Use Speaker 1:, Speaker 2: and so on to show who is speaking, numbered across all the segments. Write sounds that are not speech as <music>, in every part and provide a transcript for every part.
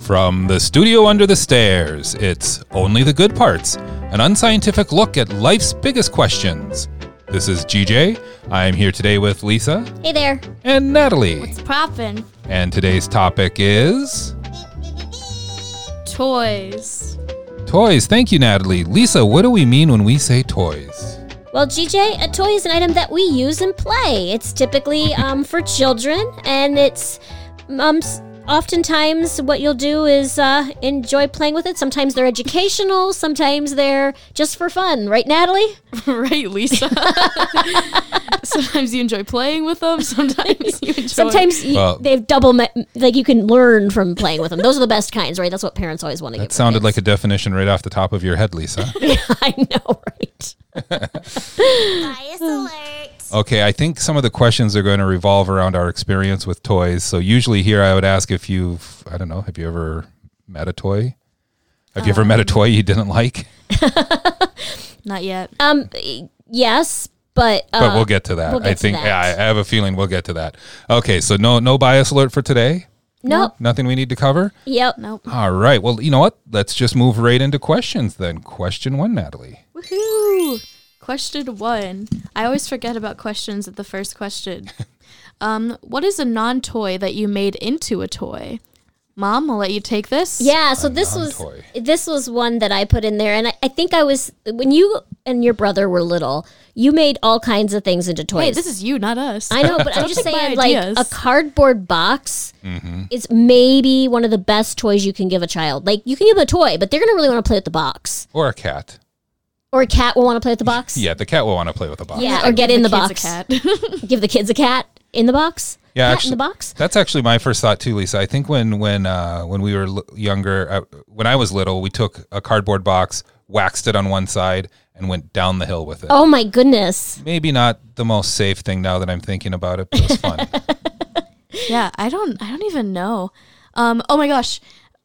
Speaker 1: From the studio under the stairs, it's Only the Good Parts, an unscientific look at life's biggest questions. This is GJ. I'm here today with Lisa
Speaker 2: Hey there.
Speaker 1: and Natalie.
Speaker 2: What's proppin'?
Speaker 1: And today's topic is
Speaker 2: <laughs> Toys.
Speaker 1: toys. Thank you, Natalie. Lisa, what do we mean when we say toys?
Speaker 2: Well, GJ, a toy is an item that we use and play. It's typically um, for children, and it's um, s- oftentimes what you'll do is uh, enjoy playing with it. Sometimes they're educational, sometimes they're just for fun, right, Natalie?
Speaker 3: right, Lisa? <laughs> sometimes you enjoy playing with them. Sometimes you enjoy.
Speaker 2: Sometimes <laughs> you,
Speaker 1: Well-
Speaker 2: they have double, me- like you can learn from playing with them. Those are the best kinds, right? That's what parents always want to get.
Speaker 1: That sounded like a definition right off the top of your head, Lisa.
Speaker 2: <laughs> I know, right?
Speaker 4: <laughs> Bias alert.
Speaker 1: Okay, I think some of the questions are going to revolve around our experience with toys. So usually here I would ask if you've I don't know, have you ever met a toy? Have you ever met
Speaker 2: Um,
Speaker 1: a toy you didn't like?
Speaker 3: Not yet.
Speaker 2: Um, y- yes, but uh,
Speaker 1: But we'll get to that.
Speaker 2: we'll get
Speaker 1: I
Speaker 2: to
Speaker 1: think
Speaker 2: that.
Speaker 1: yeah, I I have a feeling we'll get to that. Okay, so no no bias alert for today.
Speaker 2: nope.
Speaker 1: Nothing we need to cover.
Speaker 2: Yep.
Speaker 3: Nope.
Speaker 1: All right. Well, you know what? Let's just move right into questions then. Question 1, Natalie.
Speaker 3: Woohoo! Question one. I always forget about questions at the
Speaker 2: <laughs>
Speaker 3: first question. Um, what is a non-toy that you made into a toy? Mom, I'll let you take this.
Speaker 2: Yeah, so this was
Speaker 1: non-toy.
Speaker 2: this was one that I put in there, and I, I think I was when you and your brother were little, you made all kinds of things into toys.
Speaker 3: Hey, this is you, not us. <laughs>
Speaker 2: I know, but I'm just
Speaker 3: take my
Speaker 2: saying, like
Speaker 3: ideas.
Speaker 2: a cardboard box
Speaker 1: Mm-hmm.
Speaker 2: is maybe one of the best toys you can give a child. Like you can give them a toy, but they're gonna really want to play with the box,
Speaker 1: Or a cat.
Speaker 2: or a cat will want to play with the
Speaker 1: <laughs>
Speaker 2: box.
Speaker 1: Yeah, the cat will want to play with a box.
Speaker 2: Yeah, or get in the box.
Speaker 3: Kids a
Speaker 2: <laughs>
Speaker 3: cat.
Speaker 2: Give the kids a cat in the box.
Speaker 1: Yeah,
Speaker 2: cat
Speaker 1: actually-
Speaker 2: in the box.
Speaker 1: That's actually my first thought too, Lisa. I think when when uh, when we were l- younger, uh, when I was little, we took a cardboard box, waxed it on one side, and went down the hill with it.
Speaker 2: Oh my goodness.
Speaker 1: Maybe not the most safe thing now that I'm thinking about it, but it was fun.
Speaker 3: yeah i don't i don't even know um oh my gosh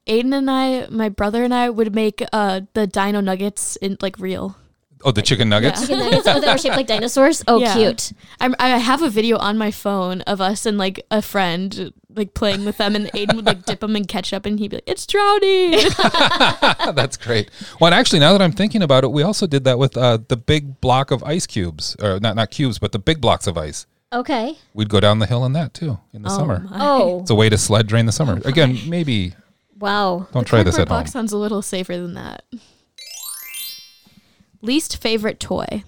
Speaker 3: aiden and i my brother and i would make uh the dino nuggets in like real
Speaker 1: oh, the chicken nuggets.
Speaker 2: Chicken nuggets oh, that are shaped like dinosaurs. Oh,
Speaker 3: <laughs> Yeah.
Speaker 2: cute.
Speaker 3: I'm, i have a video on my phone of us and like a friend like playing with them and aiden would like dip them in ketchup and he'd be like it's drowning
Speaker 1: <laughs> That's great. Well, and actually, now that I'm thinking about it, we also did that with uh, the big block of ice cubes, or not not cubes, but the big blocks of ice.
Speaker 2: Okay.
Speaker 3: <laughs>
Speaker 1: We'd go down the hill in that too in the summer.
Speaker 2: Oh,
Speaker 1: It's a way to sled drain the summer. Again, maybe
Speaker 2: wow.
Speaker 1: don't try this
Speaker 3: Cardboard
Speaker 1: at home.
Speaker 3: box sounds a little safer than that least favorite toy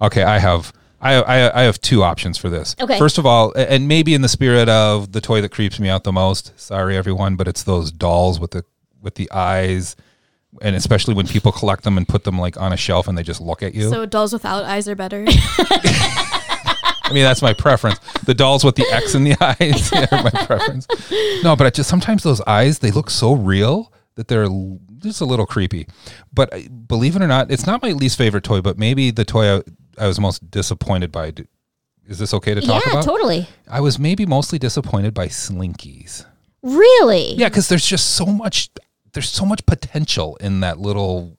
Speaker 1: Okay, I have I, I I have two options for this.
Speaker 2: Okay.
Speaker 1: First of all, a- and maybe in the spirit of the toy that creeps me out the most. Sorry, everyone, but it's those dolls with the with the eyes, and especially when people collect them and put them like on a shelf and they just look at you.
Speaker 3: so dolls without eyes are better
Speaker 1: I mean, that's my preference. The dolls with the X in the <laughs> eyes are my preference. No, but I just sometimes those eyes they look so real that they're l- just a little creepy. But I- believe it or not, it's not my least favorite toy, but maybe the toy I, I was most disappointed by. D- Is this okay to
Speaker 2: Yeah,
Speaker 1: talk about?
Speaker 2: totally.
Speaker 1: I was maybe mostly disappointed by Slinkies.
Speaker 2: Really?
Speaker 1: Yeah, because there's just so much. There's so much potential in that little.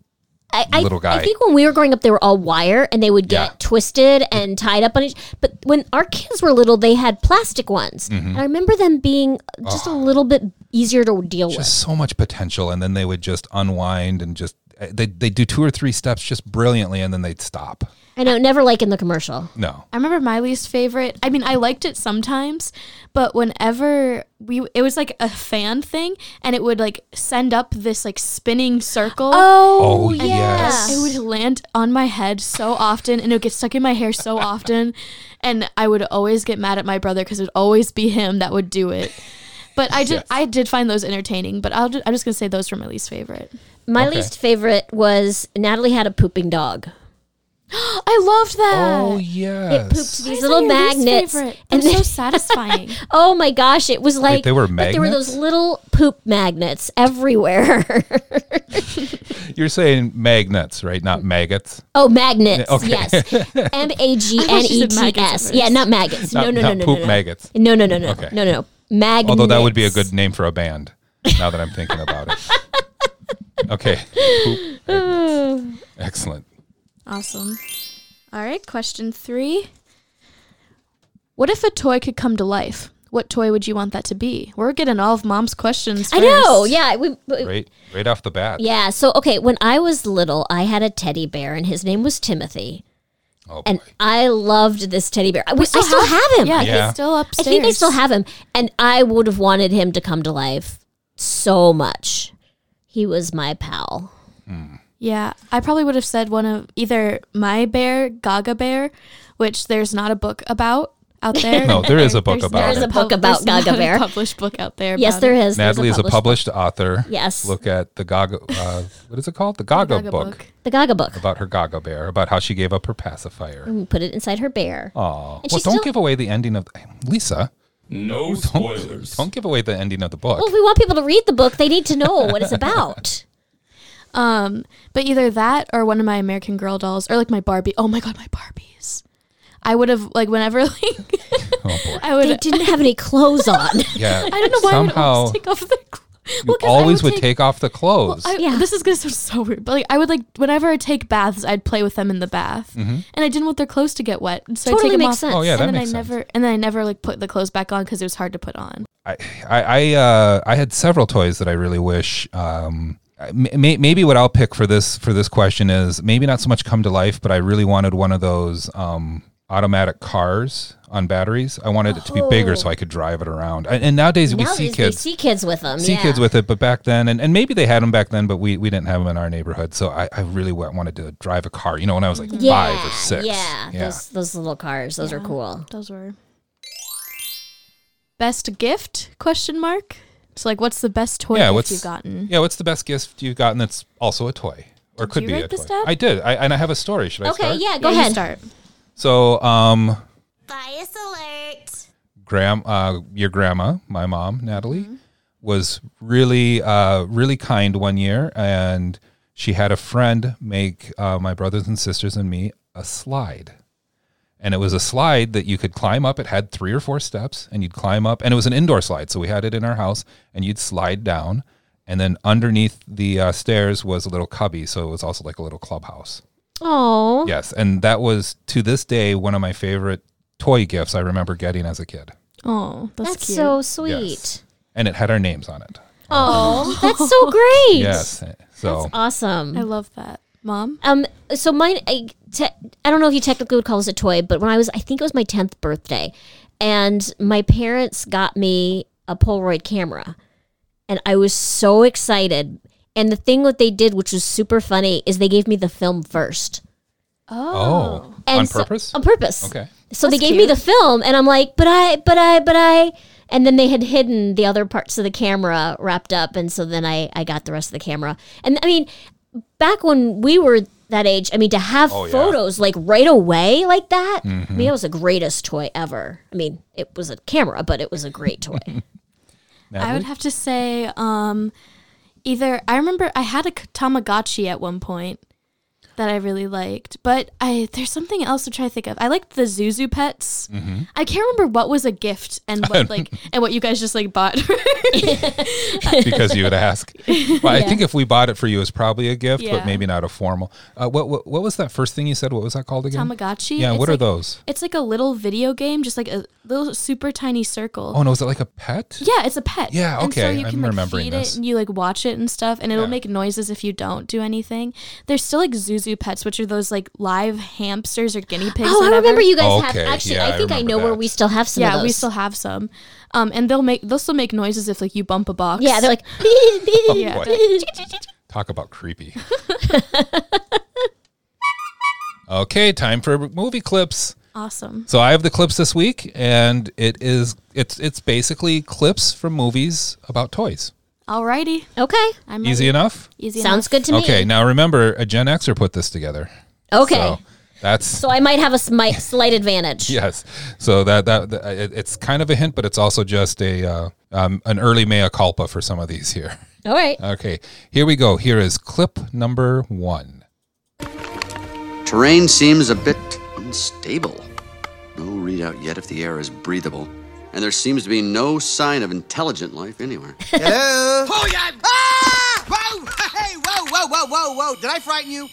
Speaker 2: I, I,
Speaker 1: little guy.
Speaker 2: I think when we were growing up, they were all wire and they would get
Speaker 1: Yeah.
Speaker 2: twisted and tied up on each. But when our kids were little, they had plastic ones.
Speaker 1: Mm-hmm.
Speaker 2: And I remember them being just a little bit easier to deal
Speaker 1: Just so much potential, and then they would just unwind and just eh, they they do two or three steps just brilliantly, and then they'd stop.
Speaker 2: with. I know, never like in the commercial.
Speaker 1: No,
Speaker 3: I remember my least favorite. I mean, I liked it sometimes, but whenever we, it was like a fan thing, and it would like send up this like spinning circle.
Speaker 1: Oh, yeah. yes.
Speaker 3: It would land on my head so often, and it would get stuck in my hair so
Speaker 1: <laughs>
Speaker 3: often, and I would always get mad at my brother because it would always be him that would do it. But I did, I did find those entertaining. But I'll, ju- I'm just gonna say those were my least favorite.
Speaker 2: My least favorite was Natalie had a pooping dog.
Speaker 3: I loved that.
Speaker 1: Oh yes.
Speaker 2: Pooped these little magnets.
Speaker 3: and
Speaker 2: And
Speaker 3: so
Speaker 2: <laughs> they-
Speaker 3: satisfying.
Speaker 2: oh my gosh, it was like
Speaker 1: they were
Speaker 2: but There were those
Speaker 1: magnets?
Speaker 2: little poop magnets everywhere. <laughs>
Speaker 1: You're saying magnets, right? Not maggots.
Speaker 2: Oh, magnets.
Speaker 1: Okay. <laughs>
Speaker 2: Yes. M A G
Speaker 3: I
Speaker 2: N
Speaker 3: thought she
Speaker 2: E
Speaker 3: said
Speaker 2: T
Speaker 3: maggots
Speaker 2: S.
Speaker 3: at
Speaker 2: Yeah,
Speaker 3: first.
Speaker 2: not maggots.
Speaker 1: Not,
Speaker 2: no, no,
Speaker 1: not
Speaker 2: no, no,
Speaker 1: poop
Speaker 2: no, no.
Speaker 1: maggots.
Speaker 2: No, no, no, no.
Speaker 1: Okay.
Speaker 2: No, no, no. Magnets.
Speaker 1: Although that would be a good name for a band. Now that I'm thinking about
Speaker 2: <laughs>
Speaker 1: it. Okay. Poop
Speaker 2: <sighs>
Speaker 1: magnets. Excellent.
Speaker 3: Awesome. All right, question three. What if a toy could come to life? what toy would you want that to be? We're getting all of mom's questions.
Speaker 2: I know.
Speaker 3: first.
Speaker 2: Yeah. We, we-
Speaker 1: Right, right off the bat.
Speaker 2: yeah. So, okay. When I was little, I had a teddy bear and his name was Timothy.
Speaker 1: Oh, boy.
Speaker 2: And I loved this teddy bear. We still, I still have, him.
Speaker 3: Yeah,
Speaker 1: Yeah.
Speaker 3: he's still
Speaker 2: I
Speaker 3: upstairs.
Speaker 2: think I still have him. And I would have wanted him to come to life so much. He was my pal.
Speaker 3: Yeah, I probably would have said one of either my bear, Gaga Bear, which there's not a book about
Speaker 1: <laughs>
Speaker 3: out there.
Speaker 1: No, there is a book about
Speaker 2: There's
Speaker 1: it.
Speaker 2: a book about
Speaker 3: there's
Speaker 2: Gaga
Speaker 3: not a
Speaker 2: Bear.
Speaker 3: <laughs> published book out there.
Speaker 2: Yes,
Speaker 3: about
Speaker 2: there
Speaker 3: it.
Speaker 2: is. There's
Speaker 1: Natalie is a
Speaker 2: published-
Speaker 1: published author.
Speaker 2: Yes.
Speaker 1: Look at the Gaga. Uh, what is it called? The Gaga,
Speaker 3: Gaga
Speaker 1: book,
Speaker 3: book.
Speaker 2: The Gaga book.
Speaker 1: about her Gaga bear, about how she gave up her pacifier.
Speaker 2: And Put it inside her bear.
Speaker 1: Oh, well,
Speaker 2: And
Speaker 1: don't
Speaker 2: she's still-
Speaker 1: give away the ending of Lisa.
Speaker 5: No spoilers.
Speaker 1: Don't give away the ending of the book.
Speaker 2: Well, if we want people to read the book, they need to know what it's about.
Speaker 3: Um, but either that or one of my American Girl dolls or like my Barbie. Oh my god, my Barbies. I would have like whenever <laughs> like
Speaker 1: oh boy.
Speaker 3: I
Speaker 2: They
Speaker 3: would.
Speaker 2: didn't have any clothes on.
Speaker 1: Yeah.
Speaker 3: I don't know why I would
Speaker 1: Somehow
Speaker 3: always take off their clothes.
Speaker 1: you always would take, off the clothes.
Speaker 3: I,
Speaker 2: Yeah.
Speaker 3: This is gonna sound so weird, but like I would like whenever I take baths, I'd play with them in the bath, and I didn't want their clothes to get wet, and so I
Speaker 2: Totally
Speaker 3: take them
Speaker 2: makes
Speaker 3: off.
Speaker 2: sense.
Speaker 1: Mm-hmm. oh yeah,
Speaker 3: and
Speaker 1: that
Speaker 3: then
Speaker 1: makes
Speaker 3: I
Speaker 1: sense.
Speaker 3: never, and then I never like put the clothes back on because it was hard to put on.
Speaker 1: I I I, uh, I had several toys that I really wish. Um, I- may, maybe what I'll pick for this for this question is maybe not so much come to life, but I really wanted one of those um, automatic cars on batteries. I wanted it to be bigger so I could drive it around. And, and nowadays we see
Speaker 2: Nowadays, they
Speaker 1: kids
Speaker 2: see kids with them.
Speaker 1: see
Speaker 2: yeah.
Speaker 1: kids with it, but back then, and, and maybe they had them back then, but we, we didn't have them in our neighborhood. So I, I really wa- wanted to drive a car. You know, when I was like
Speaker 2: Mm-hmm. yeah,
Speaker 1: five or six.
Speaker 2: Yeah, Those, those little cars. Those are cool.
Speaker 3: Those were best gift question mark. So like, what's the best toy
Speaker 1: Yeah,
Speaker 3: gift
Speaker 1: what's-
Speaker 3: you've gotten?
Speaker 1: Yeah, what's the best gift you've gotten that's also a toy or could
Speaker 3: you
Speaker 1: be
Speaker 3: write
Speaker 1: a
Speaker 3: this
Speaker 1: toy?
Speaker 3: down?
Speaker 1: I did, I, and I have a story. Should I
Speaker 2: Okay,
Speaker 1: start?
Speaker 2: yeah, go
Speaker 3: Yeah, you
Speaker 2: ahead.
Speaker 3: start.
Speaker 1: So, um,
Speaker 4: Bias alert.
Speaker 1: gram, uh, your grandma, my mom, Natalie, was really, uh, really kind one year, and she had a friend make uh, my brothers and sisters and me a slide. And it was a slide that you could climb up. It had three or four steps, and you'd climb up. And it was an indoor slide, so we had it in our house. And you'd slide down, and then underneath the uh, stairs was a little cubby, so it was also like a little clubhouse.
Speaker 2: Oh,
Speaker 1: Yes, and that was to this day one of my favorite toy gifts I remember getting as a kid.
Speaker 3: Oh, that's,
Speaker 2: that's
Speaker 3: cute.
Speaker 2: so sweet.
Speaker 1: Yes. And it had our names on it.
Speaker 2: Oh, that's so great.
Speaker 1: Yes. So
Speaker 3: I
Speaker 2: Awesome.
Speaker 3: love that, mom.
Speaker 2: Um, so mine, I, te- I don't know if you technically would call this a toy, but when I was, I think it was my 10th birthday, and my parents got me a Polaroid camera. And I was so excited. And the thing that they did, which was super funny, is they gave me the film first.
Speaker 1: Oh.
Speaker 2: And
Speaker 1: on
Speaker 2: so-
Speaker 1: purpose?
Speaker 2: on purpose.
Speaker 1: okay.
Speaker 2: So they
Speaker 3: That's
Speaker 2: gave me the
Speaker 3: cute.
Speaker 2: film, and I'm like, but I, but I, but I, and then they had hidden the other parts of the camera wrapped up, and so then I, I got the rest of the camera. And I mean, back when we were that age, I mean, to have
Speaker 1: Oh, yeah. Mm-hmm.
Speaker 2: photos like right away like that, I mean, that was the greatest toy ever. I mean, it was a camera, but it was a
Speaker 1: <laughs>
Speaker 2: great toy.
Speaker 3: I would have to say, um, either I remember I had a k- Tamagotchi at one point that I really liked, but I there's something else to try to think of. I liked the Zuzu pets.
Speaker 1: Mm-hmm.
Speaker 3: I can't remember what was a gift and
Speaker 1: <laughs>
Speaker 3: what like and what you guys just like bought. <laughs>
Speaker 1: because you would ask. Well, I think if we bought it for you, it's probably a gift,
Speaker 3: Yeah.
Speaker 1: but maybe not a formal. Uh, what, what what was that first thing you said? What was that called again?
Speaker 3: Tamagotchi.
Speaker 1: Yeah.
Speaker 3: It's
Speaker 1: What are
Speaker 3: like-
Speaker 1: those?
Speaker 3: It's like a little video game, just like a little super tiny circle.
Speaker 1: Oh no, is it like a pet?
Speaker 3: Yeah, it's a pet.
Speaker 1: Yeah,
Speaker 3: And so
Speaker 1: okay,
Speaker 3: you
Speaker 1: I'm
Speaker 3: can like
Speaker 1: remembering
Speaker 3: feed
Speaker 1: this.
Speaker 3: it and you like watch it and stuff, and it'll
Speaker 1: Yeah.
Speaker 3: make noises if you don't do anything. There's still like Zuzu pets, which are those like live hamsters or guinea pigs.
Speaker 2: oh,
Speaker 3: or
Speaker 2: I
Speaker 3: whatever.
Speaker 2: remember you guys
Speaker 1: Okay,
Speaker 2: have actually.
Speaker 1: yeah, I
Speaker 2: I think I,
Speaker 1: remember
Speaker 2: know where
Speaker 1: that.
Speaker 2: we still have some. of
Speaker 3: Yeah, we
Speaker 2: those.
Speaker 3: still have some, um, and they'll make they'll still make noises if like you bump a box.
Speaker 2: Yeah, they're like. <laughs>
Speaker 3: yeah,
Speaker 1: Boy.
Speaker 3: they're-
Speaker 1: Talk about
Speaker 3: <laughs>
Speaker 1: creepy. okay, time for movie clips.
Speaker 3: awesome.
Speaker 1: So I have the clips this week, and it is it's it's basically clips from movies about toys.
Speaker 3: Alrighty,
Speaker 2: okay,
Speaker 3: I'm
Speaker 1: Easy enough.
Speaker 3: ready. Easy
Speaker 2: sounds good to me.
Speaker 1: Okay, now remember, a Gen Xer put this together.
Speaker 2: Okay.
Speaker 1: So that's
Speaker 2: So I might have a smi- slight advantage.
Speaker 1: yes. So that that, that- it, it's kind of a hint, but it's also just a uh, um, an early mea culpa for some of these here. <laughs>
Speaker 2: All right.
Speaker 1: Okay, here we go. Here is clip number one.
Speaker 6: Terrain seems a bit unstable. No readout yet if the air is breathable, and there seems to be no sign of intelligent life anywhere.
Speaker 7: Hello? Oh, yeah! Ah! Whoa! Hey, whoa, whoa, whoa, whoa, whoa. Did I frighten you?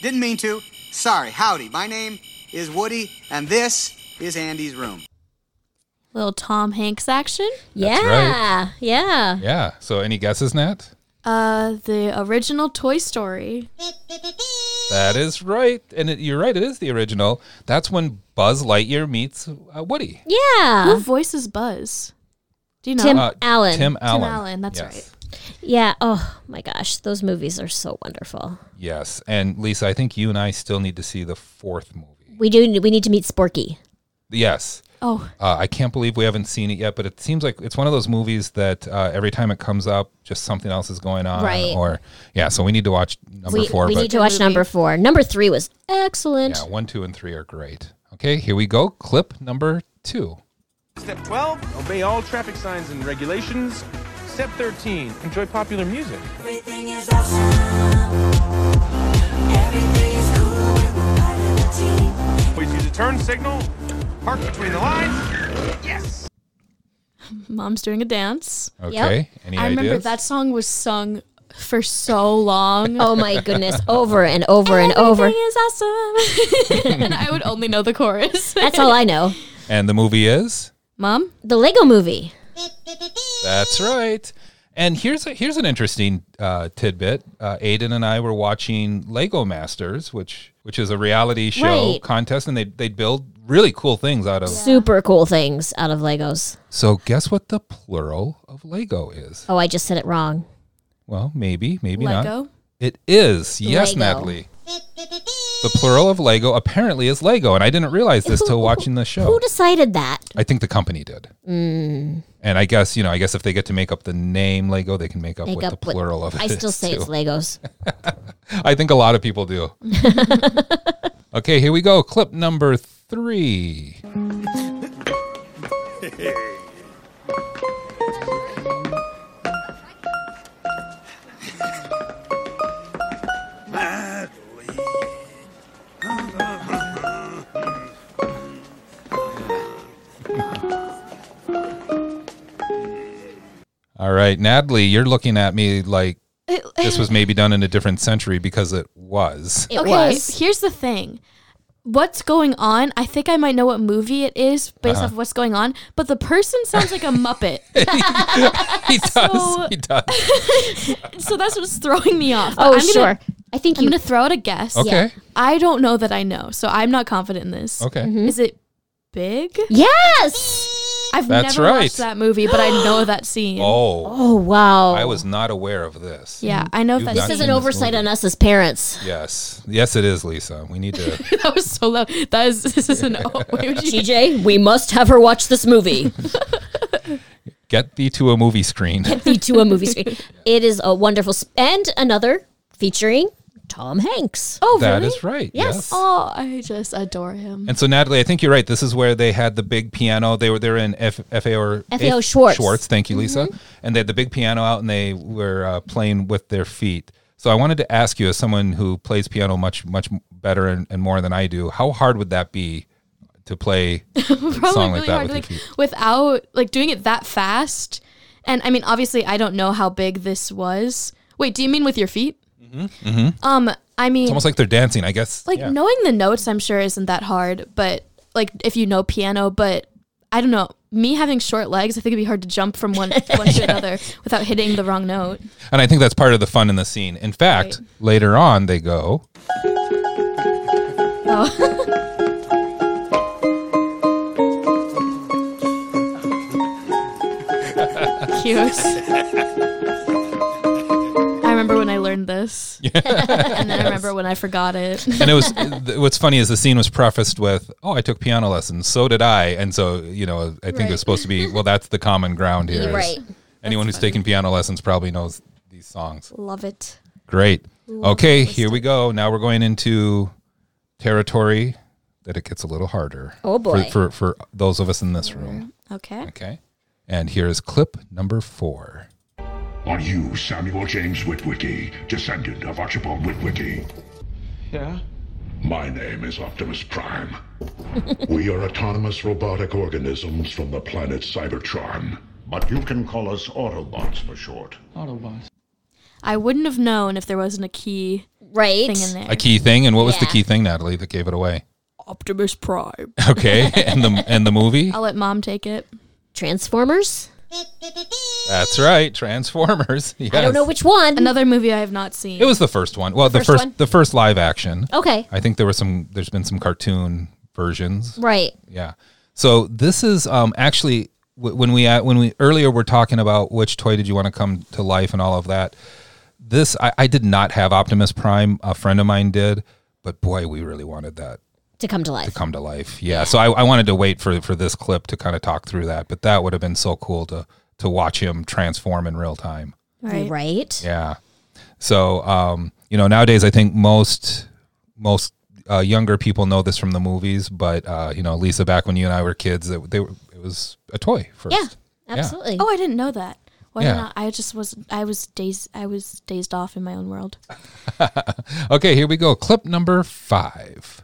Speaker 7: Didn't mean to. Sorry, howdy. My name is Woody, and this is Andy's room.
Speaker 3: Little Tom Hanks action.
Speaker 2: Yeah.
Speaker 1: right.
Speaker 2: Yeah.
Speaker 1: Yeah. So any guesses, Nat?
Speaker 3: Uh, the original Toy Story.
Speaker 1: That is right, and it, you're right. It is the original. That's when Buzz Lightyear meets uh, Woody.
Speaker 2: Yeah.
Speaker 3: Who voices Buzz? Do you know?
Speaker 2: Uh-huh.
Speaker 1: Uh,
Speaker 2: Tim Allen.
Speaker 1: Tim Allen.
Speaker 3: Allen, that's right.
Speaker 2: Yeah. Oh my gosh, those movies are so wonderful.
Speaker 1: Yes, and Lisa, I think you and I still need to see the fourth movie.
Speaker 2: We do. We need to meet Sporky.
Speaker 1: Yes,
Speaker 3: Oh,
Speaker 1: uh, I can't believe we haven't seen it yet, but it seems like it's one of those movies that uh, every time it comes up, just something else is going on.
Speaker 2: Right.
Speaker 1: Or yeah, so we need to watch number
Speaker 2: we
Speaker 1: four.
Speaker 2: we
Speaker 1: but
Speaker 2: need to watch number four. Number three was excellent.
Speaker 1: yeah, one, two, and three are great. Okay, here we go. Clip number two.
Speaker 8: Step 12, obey all traffic signs and regulations. Step 13, enjoy popular music.
Speaker 9: Everything is awesome. Everything is cool when we're part of the team.
Speaker 8: Always use a turn signal, park between the lines. Yes!
Speaker 3: mom's doing a dance.
Speaker 1: Okay. Any
Speaker 3: I remember
Speaker 1: ideas?
Speaker 3: that song was sung for so <laughs> long.
Speaker 2: Oh my
Speaker 1: <laughs>
Speaker 2: goodness, over and over and over.
Speaker 3: Everything is awesome. <laughs> and I would only know the chorus. <laughs>
Speaker 2: That's all I know.
Speaker 1: And the movie is.
Speaker 3: Mom,
Speaker 2: The Lego Movie.
Speaker 1: That's right. And here's a, here's an interesting uh, tidbit. Uh, Aiden and I were watching Lego Masters, which which is a reality show
Speaker 2: Right.
Speaker 1: contest, and they they build really cool things out of.
Speaker 2: Super cool things out of Legos.
Speaker 1: So guess what the plural of Lego is?
Speaker 2: Oh, I just said it wrong.
Speaker 1: Well, maybe maybe not.
Speaker 3: Lego.
Speaker 1: It is yes,
Speaker 2: Lego.
Speaker 1: Natalie. The plural of Lego apparently is Lego, and I didn't realize this
Speaker 2: <laughs>
Speaker 1: till watching the show.
Speaker 2: Who Mm. decided that?
Speaker 1: I think the company did. And I guess you know, I guess if they get to make up the name Lego, they can make up
Speaker 2: Make
Speaker 1: what
Speaker 2: up
Speaker 1: the
Speaker 2: what-
Speaker 1: plural of it
Speaker 2: I still
Speaker 1: is,
Speaker 2: say
Speaker 1: too.
Speaker 2: it's Legos.
Speaker 1: I think a lot of people do. okay, here we go. Clip number three. All right, Natalie, you're looking at me like this was maybe done in a different century because it was.
Speaker 2: It
Speaker 3: okay,
Speaker 2: was.
Speaker 3: here's the thing. What's going on? I think I might know what movie it is based
Speaker 1: Uh-huh.
Speaker 3: off of what's going on, but the person sounds
Speaker 1: <laughs>
Speaker 3: like a Muppet.
Speaker 1: He does.
Speaker 3: So-
Speaker 1: he does.
Speaker 3: <laughs> so that's what's throwing me off. But
Speaker 2: Oh,
Speaker 3: I'm gonna-
Speaker 2: sure. I think
Speaker 3: I'm
Speaker 2: you.
Speaker 3: going to throw out a guess.
Speaker 1: Okay.
Speaker 3: I don't know that I know, so I'm not confident in this.
Speaker 1: Okay.
Speaker 3: Is it big?
Speaker 2: yes.
Speaker 3: I've
Speaker 1: That's
Speaker 3: never
Speaker 1: right.
Speaker 3: watched that movie, but I know that scene.
Speaker 1: Oh,
Speaker 2: Oh wow.
Speaker 1: I was not aware of this.
Speaker 3: Yeah, I know
Speaker 1: You've
Speaker 3: that
Speaker 1: not
Speaker 2: This
Speaker 3: scene.
Speaker 2: is
Speaker 1: seen
Speaker 2: an
Speaker 1: this
Speaker 2: oversight
Speaker 1: movie.
Speaker 2: on us as parents.
Speaker 1: Yes. Yes, it is, Lisa. We need to.
Speaker 3: <laughs> that was so low. That is this is
Speaker 1: <laughs>
Speaker 3: an oh, wait, would you-
Speaker 2: TJ, we must have her watch this
Speaker 3: <laughs>
Speaker 2: movie.
Speaker 1: Get thee to a movie screen.
Speaker 2: the to a movie screen. It is a wonderful sp- and another featuring Tom Hanks.
Speaker 3: Oh,
Speaker 1: That
Speaker 3: really?
Speaker 1: is right.
Speaker 2: Yes.
Speaker 3: Oh, I just adore him.
Speaker 1: And so, Natalie, I think you're right. This is where they had the big piano. They were there in F, FAO or
Speaker 2: FAO
Speaker 1: F-
Speaker 2: Schwartz.
Speaker 1: Schwartz. Thank you, Lisa. And they had the big piano out, and they were uh, playing with their feet. So, I wanted to ask you, as someone who plays piano much, much better and, and more than I do, how hard would that be to play a song like that with
Speaker 3: like,
Speaker 1: your feet?
Speaker 3: without like doing it that fast. And I mean, obviously, I don't know how big this was. Wait, do you mean with your feet? Mm-hmm. Um, I mean,
Speaker 1: It's almost like they're dancing, I guess.
Speaker 3: like
Speaker 1: yeah.
Speaker 3: knowing the notes, I'm sure isn't that hard. But like if you know piano, but I don't know. Me having short legs, I think it'd be hard to jump from
Speaker 1: <laughs>
Speaker 3: one one to another without hitting the wrong note.
Speaker 1: And I think that's part of the fun in the scene. In fact, later on, they go.
Speaker 3: Oh. Cute. I remember when I
Speaker 1: <laughs>
Speaker 3: learned this. and then I remember when I forgot it.
Speaker 1: and it was th- what's funny is the scene was prefaced with oh i took piano lessons so did i and so you know i think it's supposed to be well that's the common ground here is
Speaker 2: Right.
Speaker 1: anyone who's taken piano lessons probably knows these songs
Speaker 3: Love it.
Speaker 1: great okay here we go now we're going into territory that it gets a little harder
Speaker 2: Oh, boy.
Speaker 1: for, for, for those of us in this room
Speaker 3: Okay.
Speaker 1: okay and here is clip number four
Speaker 5: Are you Samuel James Witwicky, descendant of Archibald Witwicky?
Speaker 8: Yeah?
Speaker 5: My name is Optimus Prime. we are autonomous robotic organisms from the planet Cybertron. But you can call us Autobots for short.
Speaker 8: Autobots.
Speaker 3: I wouldn't have known if there wasn't a key
Speaker 2: Right.
Speaker 3: thing in there.
Speaker 1: a key thing and what was the
Speaker 2: Yeah.
Speaker 1: key thing natalie that gave it away <laughs>
Speaker 3: Optimus Prime.
Speaker 1: okay and the and the movie
Speaker 2: <laughs> Oh.
Speaker 3: I'll let mom take it.
Speaker 2: Transformers?
Speaker 1: That's right, Transformers. Yes.
Speaker 2: I don't know which one.
Speaker 3: Another movie I have not seen.
Speaker 1: It was the first one. Well, the,
Speaker 2: first
Speaker 1: first,
Speaker 2: one? Oh.
Speaker 1: the first live action.
Speaker 2: Okay.
Speaker 1: I think there was some. There's been some cartoon versions.
Speaker 2: Right.
Speaker 1: Yeah. So this is um, actually w- when we uh, when we earlier were talking about which toy did you want to come to life and all of that. This I, I did not have Optimus Prime. A friend of mine did, but boy, we really wanted that
Speaker 2: To come to life.
Speaker 1: come to life. Yeah. So I, I wanted to wait for for this clip to kind of talk through that, but that would have been so cool to to watch him transform in real time.
Speaker 3: right.
Speaker 2: Right.
Speaker 1: Yeah. So um, you know, nowadays I think most most uh, younger people know this from the movies, but uh, you know, Lisa, back when you and I were kids, it, they were, it was a toy first.
Speaker 2: Yeah. Absolutely.
Speaker 3: Oh, I didn't know that. Why
Speaker 1: Yeah.
Speaker 3: not? I just was. I was dazed. I was dazed off in my own world.
Speaker 1: <laughs> Okay, here we go. Clip number five.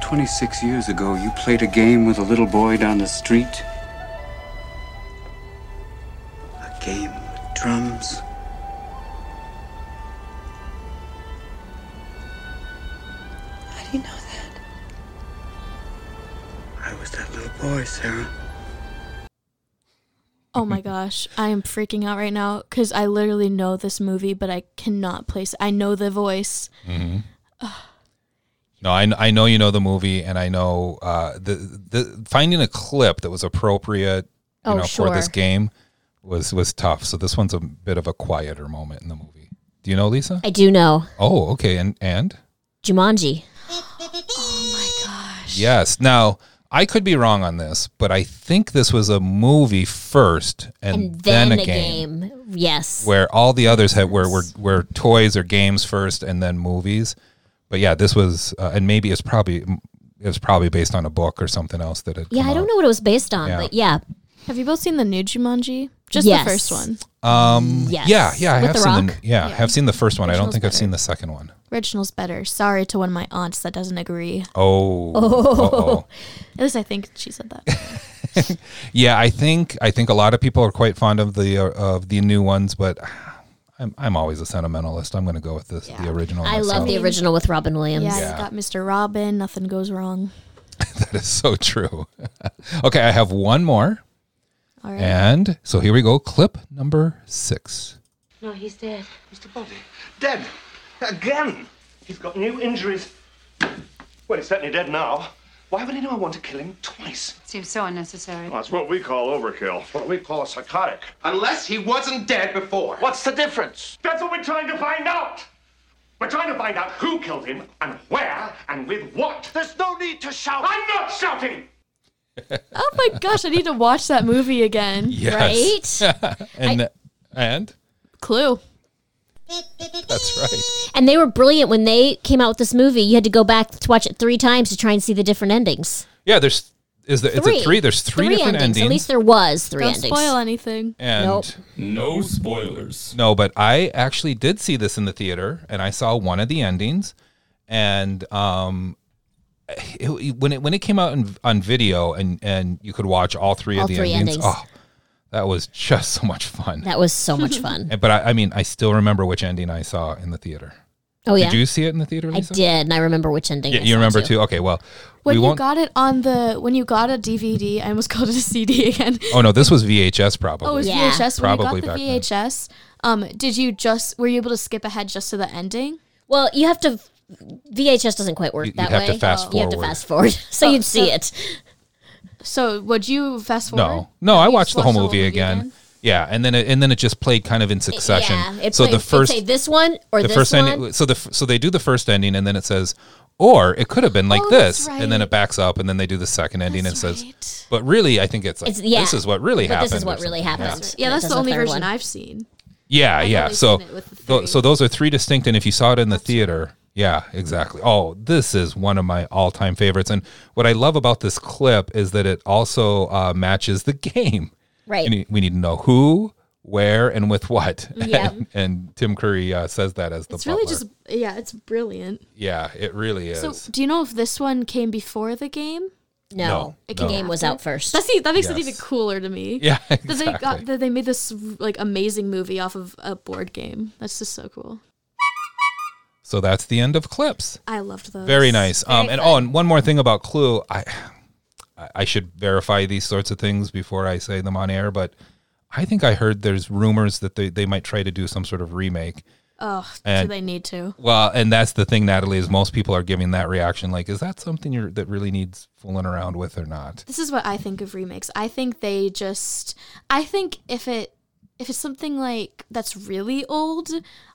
Speaker 10: 26 years ago, you played a game with a little boy down the street. A game with drums. How do you know that? I was that little boy, Sarah.
Speaker 3: Oh my gosh, I am freaking out right now because I literally know this movie, but I cannot place. I know the voice.
Speaker 1: No, I, I know you know the movie, and I know uh, the the finding a clip that was appropriate, you
Speaker 2: Oh,
Speaker 1: know, for this
Speaker 2: sure.
Speaker 1: game was was tough. So this one's a bit of a quieter moment in the movie. Do you know Lisa?
Speaker 2: I do know.
Speaker 1: oh, okay, and and
Speaker 2: Jumanji.
Speaker 1: Yes. Now, I could be wrong on this, but I think this was a movie first and,
Speaker 2: And then,
Speaker 1: then
Speaker 2: a game. Yes.
Speaker 1: where all the others had where were where toys or games first and then movies. But yeah, this was uh, and maybe it's probably it was probably based on a book or something else that had
Speaker 2: yeah,
Speaker 1: come
Speaker 2: I don't
Speaker 1: out.
Speaker 2: know what it was based on,
Speaker 1: Yeah.
Speaker 2: but yeah.
Speaker 3: Have you both seen the new Jumanji? Just
Speaker 2: Yes.
Speaker 3: the first one.
Speaker 1: Um
Speaker 2: Yes.
Speaker 1: yeah, yeah, I
Speaker 2: With
Speaker 1: have
Speaker 2: The
Speaker 1: seen
Speaker 2: Rock?
Speaker 1: the, yeah, I have seen the first one. I don't
Speaker 3: Original's
Speaker 1: think I've
Speaker 3: better.
Speaker 1: seen the second one.
Speaker 3: Original's better. Sorry to one of my aunts that doesn't agree.
Speaker 1: Oh.
Speaker 2: <laughs>
Speaker 1: uh-oh.
Speaker 3: At least I think she said that.
Speaker 1: Yeah, I think I think a lot of people are quite fond of the uh, of the new ones, but I'm I'm always a sentimentalist. I'm going to go with this the original.
Speaker 2: I love
Speaker 1: myself.
Speaker 2: the original with Robin Williams.
Speaker 3: yeah, you got Mr. Robin. Nothing goes wrong.
Speaker 1: That is so true. <laughs> okay, I have one more.
Speaker 3: All
Speaker 2: Mm-hmm.
Speaker 3: right.
Speaker 1: And so here we go. Clip number six.
Speaker 9: No, he's dead. Mr. Bond.
Speaker 8: Dead. Again. He's got new injuries. Well, he's certainly dead now. Why would anyone want to kill him twice?
Speaker 9: Seems so unnecessary.
Speaker 5: That's what we call overkill. What we call psychotic.
Speaker 8: Unless he wasn't dead before.
Speaker 5: What's the difference? That's what we're trying to find out. We're trying to find out who killed him and where and with what. There's no need to shout. I'm not shouting.
Speaker 3: Oh my gosh, I need to watch that movie again.
Speaker 2: Right?
Speaker 1: And and
Speaker 3: Clue.
Speaker 1: that's right.
Speaker 2: and they were brilliant when they came out with this movie. You had to go back to watch it three times to try and see the different endings.
Speaker 1: Yeah, there's is there it's a three. There's three, different endings.
Speaker 2: At least there was 3
Speaker 3: Don't
Speaker 2: endings.
Speaker 3: spoil anything.
Speaker 1: and
Speaker 2: Nope.
Speaker 11: No spoilers.
Speaker 1: No, but I actually did see this in the theater, and I saw one of the endings, and um, it, it- when it when it came out in, on video, and and you could watch all three
Speaker 2: All
Speaker 1: of the
Speaker 2: three
Speaker 1: endings.
Speaker 2: endings.
Speaker 1: Oh, that was <laughs> just so much fun.
Speaker 2: That was so
Speaker 3: <laughs>
Speaker 2: much fun.
Speaker 1: And- but I, I mean, I still remember which ending I saw in the theater.
Speaker 2: Oh yeah,
Speaker 1: Did you see it in the theater?
Speaker 2: I
Speaker 1: Lisa?
Speaker 2: did, and I remember which ending.
Speaker 1: Yeah,
Speaker 2: I
Speaker 1: you
Speaker 2: saw,
Speaker 1: remember too. Okay, well,
Speaker 3: When
Speaker 1: we
Speaker 3: you
Speaker 1: won't.
Speaker 3: got it on the when you got a DVD, I almost <laughs> called it a CD again.
Speaker 1: oh no, this was VHS
Speaker 3: Oh, it
Speaker 1: probably.
Speaker 3: was
Speaker 2: Yeah.
Speaker 3: VHS.
Speaker 1: Probably
Speaker 3: when
Speaker 1: back
Speaker 3: you
Speaker 1: then.
Speaker 3: got the VHS, um, did you just were you able to skip ahead just to the ending?
Speaker 2: Well, you have to. VHS doesn't quite work
Speaker 1: You- you'd
Speaker 2: that
Speaker 1: have
Speaker 2: way.
Speaker 1: to fast
Speaker 2: You have to
Speaker 1: forward.
Speaker 2: fast forward, <laughs> so you'd see
Speaker 3: so-
Speaker 2: it.
Speaker 3: So would you fast forward?
Speaker 1: no, no, I
Speaker 3: You
Speaker 1: watched
Speaker 3: just
Speaker 1: the whole movie, again. Yeah, and then it, and then it just played kind of in succession.
Speaker 2: Yeah, it
Speaker 1: so
Speaker 2: played,
Speaker 1: the first
Speaker 2: it played this one or
Speaker 1: the
Speaker 2: this
Speaker 1: first
Speaker 2: one.
Speaker 1: ending so the f- so they do the first ending and then it says or it could have been like
Speaker 3: Oh, that's
Speaker 1: this and then
Speaker 3: right.
Speaker 1: it backs up and then they do the second ending
Speaker 3: That's
Speaker 1: and it says
Speaker 3: right.
Speaker 1: but really i think it's like
Speaker 2: It's- yeah,
Speaker 1: this is what really
Speaker 2: but
Speaker 1: happened
Speaker 2: this is what
Speaker 1: or
Speaker 2: really
Speaker 1: something.
Speaker 2: happened.
Speaker 3: Yeah,
Speaker 2: And it
Speaker 3: that's
Speaker 2: does
Speaker 3: the only version
Speaker 2: third one.
Speaker 3: I've seen.
Speaker 1: yeah yeah, yeah.
Speaker 3: only
Speaker 1: so
Speaker 3: seen it with the
Speaker 1: tho-
Speaker 3: three.
Speaker 1: so those are three distinct and if you saw it in the theater yeah exactly oh this is one of my all-time favorites and what i love about this clip is that it also uh, matches the <laughs> game
Speaker 2: Right.
Speaker 1: And we need to know who where and with what
Speaker 2: Yeah.
Speaker 1: <laughs> and, and tim curry uh, says that as the
Speaker 3: It's really
Speaker 1: butler.
Speaker 3: just yeah, it's brilliant.
Speaker 1: yeah it really is
Speaker 3: So do you know if this one came before the game?
Speaker 2: no,
Speaker 1: No,
Speaker 2: the
Speaker 1: no.
Speaker 2: game was out first.
Speaker 3: That's e- that makes it
Speaker 1: Yes.
Speaker 3: even cooler to
Speaker 1: <laughs>
Speaker 3: me. <laughs>
Speaker 1: yeah
Speaker 3: That
Speaker 1: exactly.
Speaker 3: they got that they made this like amazing movie off of a board game. That's just so cool.
Speaker 1: So
Speaker 3: Oh,
Speaker 1: that's the end of clips.
Speaker 3: I loved those.
Speaker 1: Very nice. Um, and oh, and one more thing about Clue. I I- I should verify these sorts of things before I say them on air, but I think I heard there's rumors that they, they might try to do some sort of remake.
Speaker 3: Oh,
Speaker 1: And-
Speaker 3: do they need to?
Speaker 1: Well, and that's the thing, Natalie, is most people are giving that reaction. Like, is that something you're, that really needs fooling around with or not?
Speaker 3: This is what I think of remakes. I think they just I think if it if it's something like that's really old,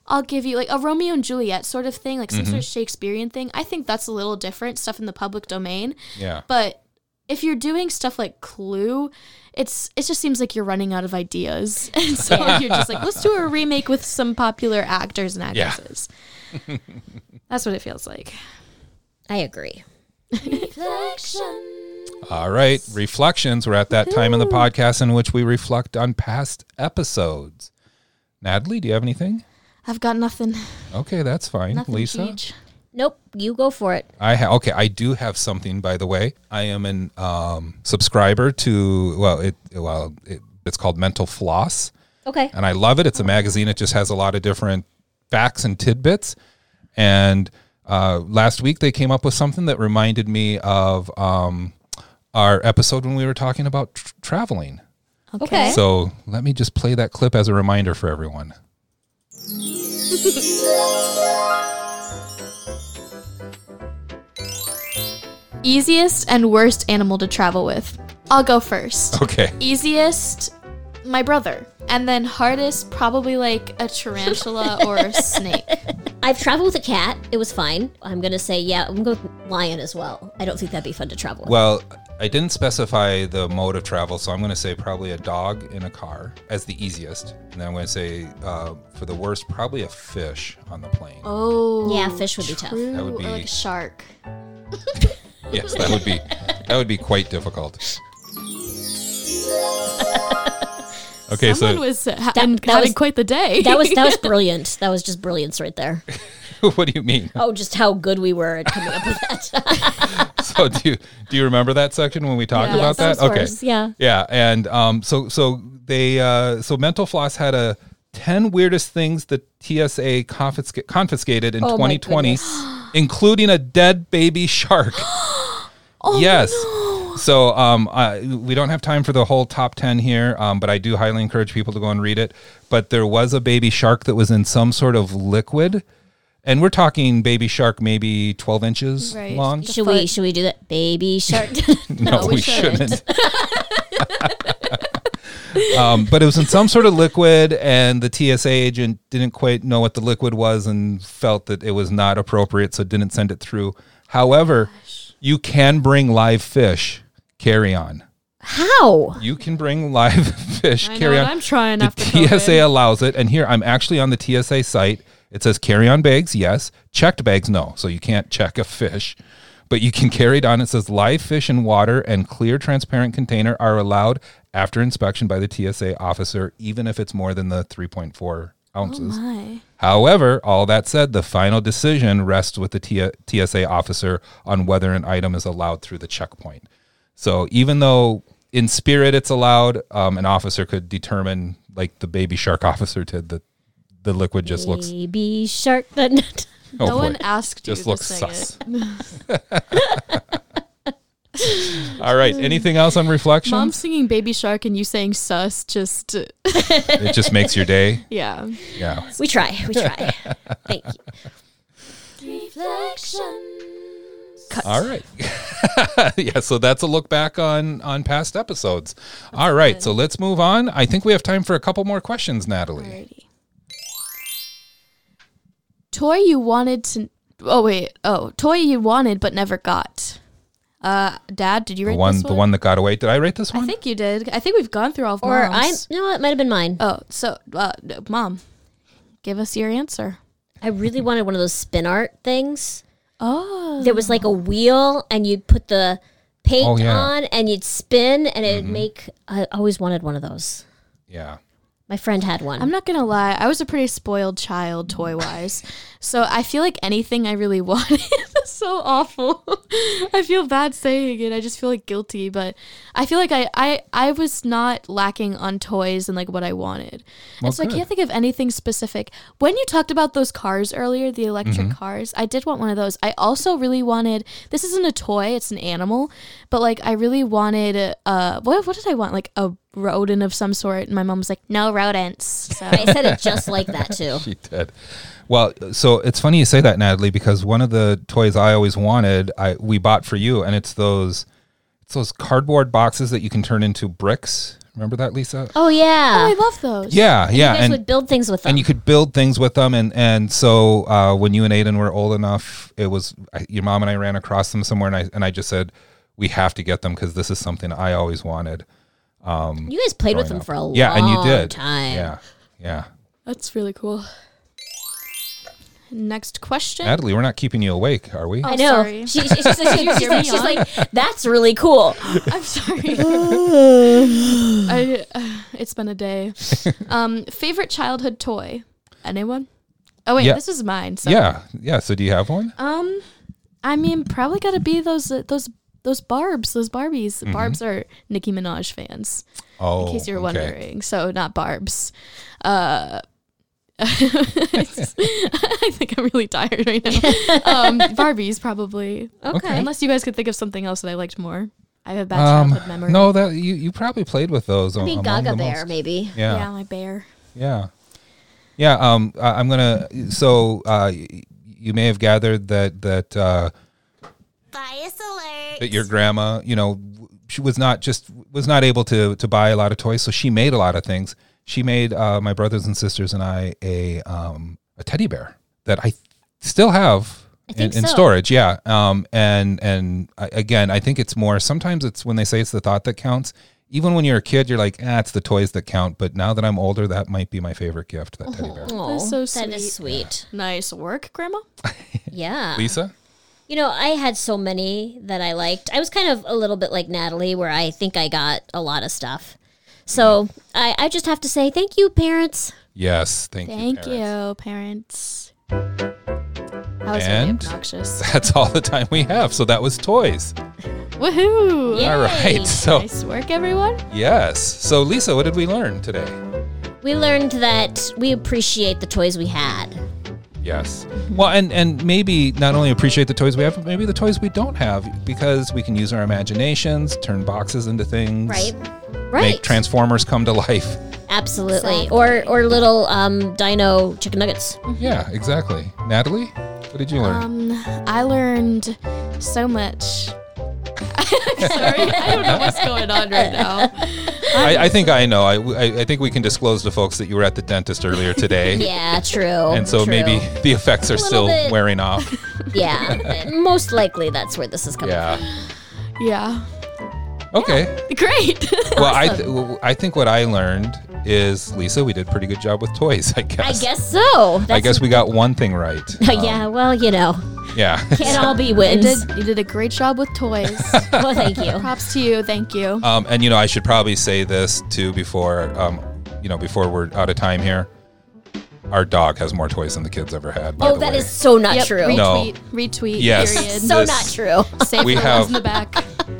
Speaker 3: I'll give you like a Romeo and Juliet sort of thing, like some sort of
Speaker 1: Mhm.
Speaker 3: Shakespearean thing. I think that's a little different stuff in the public domain.
Speaker 1: Yeah.
Speaker 3: But if you're doing stuff like Clue, it's it just seems like you're running out of ideas. <laughs> And
Speaker 1: <laughs>
Speaker 3: so you're just like, let's do a remake with some popular actors and
Speaker 1: Yeah. <laughs>
Speaker 3: actresses. That's what it feels like.
Speaker 2: I agree.
Speaker 1: All right, reflections. We're at that time in the podcast in which we reflect on past episodes. Natalie, do you have anything?
Speaker 3: I've got nothing.
Speaker 1: Okay, that's fine.
Speaker 3: Nothing
Speaker 1: Lisa,
Speaker 3: huge.
Speaker 2: Nope, you go for it.
Speaker 1: I ha- okay. I do have something, by the way. I am an um, subscriber to well, it well, it, it's called Mental Floss.
Speaker 2: Okay.
Speaker 1: and I love it. It's a magazine. It just has a lot of different facts and tidbits. And uh, last week they came up with something that reminded me of um, our episode when we were talking about tr- traveling.
Speaker 3: Eh?
Speaker 2: Okay.
Speaker 1: So let me just play that clip as a reminder for everyone. <laughs>
Speaker 3: Easiest and worst animal to travel with. I'll go first.
Speaker 1: Okay.
Speaker 3: Easiest, my brother. And then hardest, probably like a tarantula
Speaker 2: <laughs>
Speaker 3: or a snake.
Speaker 2: I've traveled with a cat. It was fine. I'm gonna say yeah. I'm going with lion as well. I don't think that'd be fun to travel with.
Speaker 1: Well, I didn't specify the mode of travel, so I'm going to say probably a dog in a car as the easiest. And then I'm going to say uh, for the worst, probably a fish on the plane.
Speaker 3: Oh.
Speaker 2: Yeah, fish would be tough.
Speaker 3: true.
Speaker 1: That would
Speaker 3: Or like
Speaker 1: be-
Speaker 3: a shark.
Speaker 1: Yes, that would be that would be quite
Speaker 3: <laughs>
Speaker 1: difficult. Okay,
Speaker 3: Someone
Speaker 1: so
Speaker 3: was uh, ha- and having quite the day.
Speaker 2: that
Speaker 3: <laughs>
Speaker 2: was that <laughs> was brilliant. That was just brilliance right there.
Speaker 1: <laughs> what do you mean?
Speaker 2: Oh, just how good we were at coming up with that.
Speaker 1: <laughs> So do you, do you remember that section when we talked
Speaker 2: Yeah.
Speaker 1: about that?
Speaker 2: Yes, of course, yeah.
Speaker 1: yeah, and um, so so they uh, so Mental Floss had a ten weirdest things that TSA confisca- confiscated in
Speaker 2: Oh my
Speaker 1: 2020,
Speaker 2: <gasps>
Speaker 1: including a dead baby shark.
Speaker 2: Oh,
Speaker 1: yes. So um, I, we don't have time for the whole top 10 here, um, but I do highly encourage people to go and read it. But there was a baby shark that was in some sort of liquid. And we're talking baby shark, maybe 12 inches
Speaker 2: Right.
Speaker 1: long.
Speaker 2: should we should we do that,
Speaker 1: <laughs>
Speaker 2: baby shark?
Speaker 1: No, we shouldn't. <laughs> um, but it was in some sort of liquid, and the TSA agent didn't quite know what the liquid was and felt that it was not appropriate, so didn't send it through. However, you can bring live fish carry on.
Speaker 2: How?
Speaker 1: You can bring live <laughs> fish
Speaker 3: I know
Speaker 1: carry
Speaker 3: what
Speaker 1: on.
Speaker 3: I'm trying
Speaker 1: the
Speaker 3: after
Speaker 1: <laughs> TSA
Speaker 3: COVID.
Speaker 1: allows it, and here I'm actually on the TSA site. It says carry on bags, yes. Checked bags, no. So you can't check a fish, but you can carry it on. It says live fish in water and clear, transparent container are allowed after inspection by the TSA officer, even if it's more than the 3.4 ounces.
Speaker 3: Oh, my.
Speaker 1: However, all that said, the final decision rests with the T- TSA officer on whether an item is allowed through the checkpoint. So even though in spirit it's allowed, um, an officer could determine, like the baby shark officer did, that the liquid just looks.
Speaker 2: baby shark. <laughs> That
Speaker 1: Oh
Speaker 3: no
Speaker 1: boy.
Speaker 3: one asked you
Speaker 1: Just
Speaker 3: to
Speaker 1: looks
Speaker 3: sing
Speaker 1: sus.
Speaker 3: it. <laughs>
Speaker 1: All right. Anything else on reflection?
Speaker 3: Mom singing Baby Shark and you saying sus just uh,
Speaker 1: It just makes your
Speaker 3: <laughs>
Speaker 1: day.
Speaker 3: Yeah.
Speaker 1: Yeah.
Speaker 2: we try. We
Speaker 1: <laughs>
Speaker 2: try. Thank you.
Speaker 1: All right. <laughs> yeah, so that's a look back on on past episodes. All right, so let's move on. I think we have time for a couple more questions, Natalie.
Speaker 3: Toy you wanted to. Oh wait. Oh, toy you wanted but never got. Uh, Dad, did you
Speaker 1: The
Speaker 3: write
Speaker 1: one,
Speaker 3: this
Speaker 1: the one that got away. Did I write this one?
Speaker 3: I think you did. I think we've gone through all of
Speaker 2: Or I
Speaker 3: Mom's.
Speaker 2: no, it might have been mine.
Speaker 3: Oh, so uh, no, Mom, give us your answer.
Speaker 2: I really wanted one of those spin art things.
Speaker 3: Oh,
Speaker 2: There was like a wheel, and you'd put the paint
Speaker 1: Oh, yeah. Mm-hmm.
Speaker 2: on, and you'd spin, and it'd make. I always wanted one of those.
Speaker 1: Yeah.
Speaker 2: My friend had one.
Speaker 3: I'm not gonna lie, I was a pretty spoiled child toy wise. so I feel like anything I really <laughs> wanted is so awful. <laughs> I feel bad saying it. I just feel like guilty, but I feel like I, I, I was not lacking on toys and like what I wanted.
Speaker 2: Well,
Speaker 3: And so
Speaker 2: good.
Speaker 3: I can't think of anything specific. When you talked about those cars earlier, the electric
Speaker 1: Mm-hmm.
Speaker 2: Mhm.
Speaker 3: cars, I did want one of those. I also really wanted this isn't a toy, it's an animal, but like I really wanted uh what what did I want? Like a rodent of some sort and my mom was like, No rodents. So
Speaker 1: <laughs>
Speaker 3: I
Speaker 2: said it just like that too.
Speaker 1: She did. Well, so it's funny you say that, Natalie, because one of the toys I always wanted, I we bought for you, and it's those it's those cardboard boxes that you can turn into bricks. Remember that, Lisa?
Speaker 2: Oh yeah.
Speaker 3: Oh, I love those.
Speaker 1: Yeah, yeah,
Speaker 2: You guys
Speaker 1: and-
Speaker 2: would build things with them.
Speaker 1: And you could build things with them, and and so uh, when you and Aiden were old enough, it was I, your mom and I ran across them somewhere, and I and I just said we have to get them because this is something I always wanted. Um,
Speaker 2: You guys played with
Speaker 1: growing
Speaker 2: them for a
Speaker 1: yeah, and you
Speaker 2: long
Speaker 1: did.
Speaker 2: time.
Speaker 1: Yeah, yeah.
Speaker 3: That's really cool. Next question.
Speaker 1: Natalie, we're not keeping you awake, are we?
Speaker 3: Oh,
Speaker 2: I know.
Speaker 3: sorry. <laughs>
Speaker 2: She, she- she's like,
Speaker 3: Did you
Speaker 2: she's,
Speaker 3: hear
Speaker 2: like,
Speaker 3: me
Speaker 2: she's
Speaker 3: on?
Speaker 2: like, that's really cool. <laughs>
Speaker 3: I'm sorry. <laughs> I, uh, it's been
Speaker 1: <laughs>
Speaker 3: a day. Um, favorite childhood toy? Anyone? Oh wait,
Speaker 1: Yeah.
Speaker 3: this is mine. So.
Speaker 1: Yeah, yeah. So do you have one?
Speaker 3: Um, I mean, probably gotta be those uh, those those Barb's, those Barbies.
Speaker 1: Mhm.
Speaker 3: Barb's are Nicki Minaj fans.
Speaker 1: Oh,
Speaker 3: in case you're
Speaker 1: okay.
Speaker 3: wondering. So not Barb's. Uh, <laughs> I think I'm really tired right now.
Speaker 1: <laughs>
Speaker 3: Um, Barbies probably.
Speaker 1: Okay.
Speaker 3: Unless you guys could think of something else that I liked more. I have a bad
Speaker 1: Um,
Speaker 3: childhood memory.
Speaker 1: no, that you, you probably played with those.
Speaker 2: I
Speaker 1: am-
Speaker 2: mean,
Speaker 1: among
Speaker 2: Gaga
Speaker 1: the
Speaker 2: Bear,
Speaker 1: most-
Speaker 2: maybe.
Speaker 1: Yeah.
Speaker 3: yeah, my bear.
Speaker 1: Yeah. Yeah. Um, I- I'm gonna. So uh, y- you may have gathered that that uh,
Speaker 4: Bias alert.
Speaker 1: that your grandma, you know, w- she was not just was not able to to buy a lot of toys, so she made a lot of things. She made uh, my brothers and sisters and I a um, a teddy bear that I still have in,
Speaker 2: think
Speaker 1: in
Speaker 2: so.
Speaker 1: storage. Yeah, um, and and I, again, I think it's more. Sometimes it's when they say it's the thought that counts. Even when you're a kid, you're like, ah, it's the toys that count. But now that I'm older, that might be my favorite gift. That teddy bear.
Speaker 2: Oh,
Speaker 3: That's so
Speaker 2: That is sweet.
Speaker 3: Nice work, Grandma.
Speaker 2: Yeah.
Speaker 1: Lisa.
Speaker 2: You know, I had so many that I liked. I was kind of a little bit like Natalie, where I think I got a lot of stuff. So I, I just have to say thank you, parents.
Speaker 1: Yes, thank,
Speaker 3: Thank
Speaker 1: you. parents.
Speaker 3: you, parents. That was really
Speaker 1: And
Speaker 3: obnoxious.
Speaker 1: that's all the time we have. So that was toys.
Speaker 3: Woohoo!
Speaker 1: All right, so-
Speaker 3: nice work, everyone.
Speaker 1: Yes. So Lisa, what did we learn today?
Speaker 2: We learned that we appreciate the toys we had.
Speaker 1: Yes. Well, and and maybe not only appreciate the toys we have, but maybe the toys we don't have because we can use our imaginations, turn boxes into things,
Speaker 2: Right. Right. Mm-hmm.
Speaker 1: Make Transformers come to life.
Speaker 2: Absolutely. Or or little um, dino chicken nuggets.
Speaker 1: Yeah, exactly. Natalie, what did you learn?
Speaker 3: Um, I learned so <laughs> much. I'm sorry, I don't know what's going on right now.
Speaker 1: I, I think I know. I, I I think we can disclose to folks that you were at the dentist
Speaker 2: <laughs>
Speaker 1: earlier today.
Speaker 2: Yeah, true.
Speaker 1: And so
Speaker 2: true.
Speaker 1: maybe <laughs> the effects are
Speaker 2: little
Speaker 1: still
Speaker 2: bit.
Speaker 1: wearing off.
Speaker 2: <laughs>
Speaker 1: <laughs>
Speaker 2: Yeah. most likely that's where this is coming
Speaker 1: Yeah.
Speaker 3: Yeah,
Speaker 1: Okay.
Speaker 3: great.
Speaker 1: Well, I th- w- I think what I learned is Lisa, we did a pretty good job with toys. I
Speaker 2: from. I
Speaker 1: guess.
Speaker 2: guess so.
Speaker 1: I guess we got one thing right.
Speaker 2: <laughs> yeah, well, you know,
Speaker 1: Yeah.
Speaker 2: can't all be
Speaker 3: you
Speaker 2: wins.
Speaker 3: did you did a great job with toys.
Speaker 2: <laughs> Well, thank you.
Speaker 1: <laughs>
Speaker 3: Props to you. Thank you.
Speaker 1: <laughs> Um, and you know, I should probably say this too before, um, you know, before we're out of time here. Our dog has more toys than the kids ever had. by
Speaker 2: Oh,
Speaker 1: the
Speaker 2: that
Speaker 1: way.
Speaker 2: is so not
Speaker 3: Yep,
Speaker 2: true.
Speaker 3: Retweet.
Speaker 1: No.
Speaker 3: Retweet.
Speaker 1: Yes.
Speaker 3: Period.
Speaker 2: so
Speaker 1: This-
Speaker 2: not true.
Speaker 3: Save
Speaker 1: we
Speaker 3: the
Speaker 1: have-
Speaker 3: ones in the back.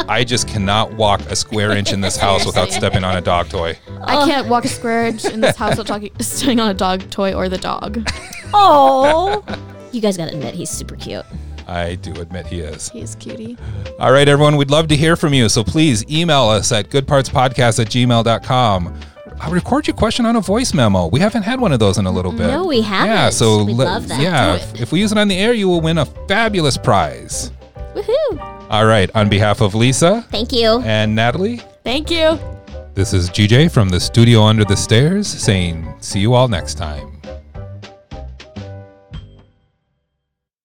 Speaker 1: I just cannot walk a square inch in this
Speaker 2: <laughs>
Speaker 1: house without stepping on a dog toy.
Speaker 3: I can't walk a square inch in this house without talking, <laughs> sitting on a dog toy or the dog.
Speaker 2: Oh, you guys gotta admit he's super cute.
Speaker 1: I do admit he is.
Speaker 3: He's cutie.
Speaker 1: All right, everyone, we'd love to hear from you. So please email us at goodpartspodcast at gmail.com. I'll record your question on a voice memo. We haven't had one of those in a little bit.
Speaker 2: No, we haven't.
Speaker 1: Yeah, so
Speaker 2: we
Speaker 1: le-
Speaker 2: love that.
Speaker 1: yeah, if- if we use it on the air, you will win a fabulous prize.
Speaker 2: Woohoo!
Speaker 1: All right, on behalf of Lisa
Speaker 2: Thank you.
Speaker 1: and Natalie,
Speaker 3: Thank you.
Speaker 1: This is GJ from the studio under the stairs saying, see you all next time.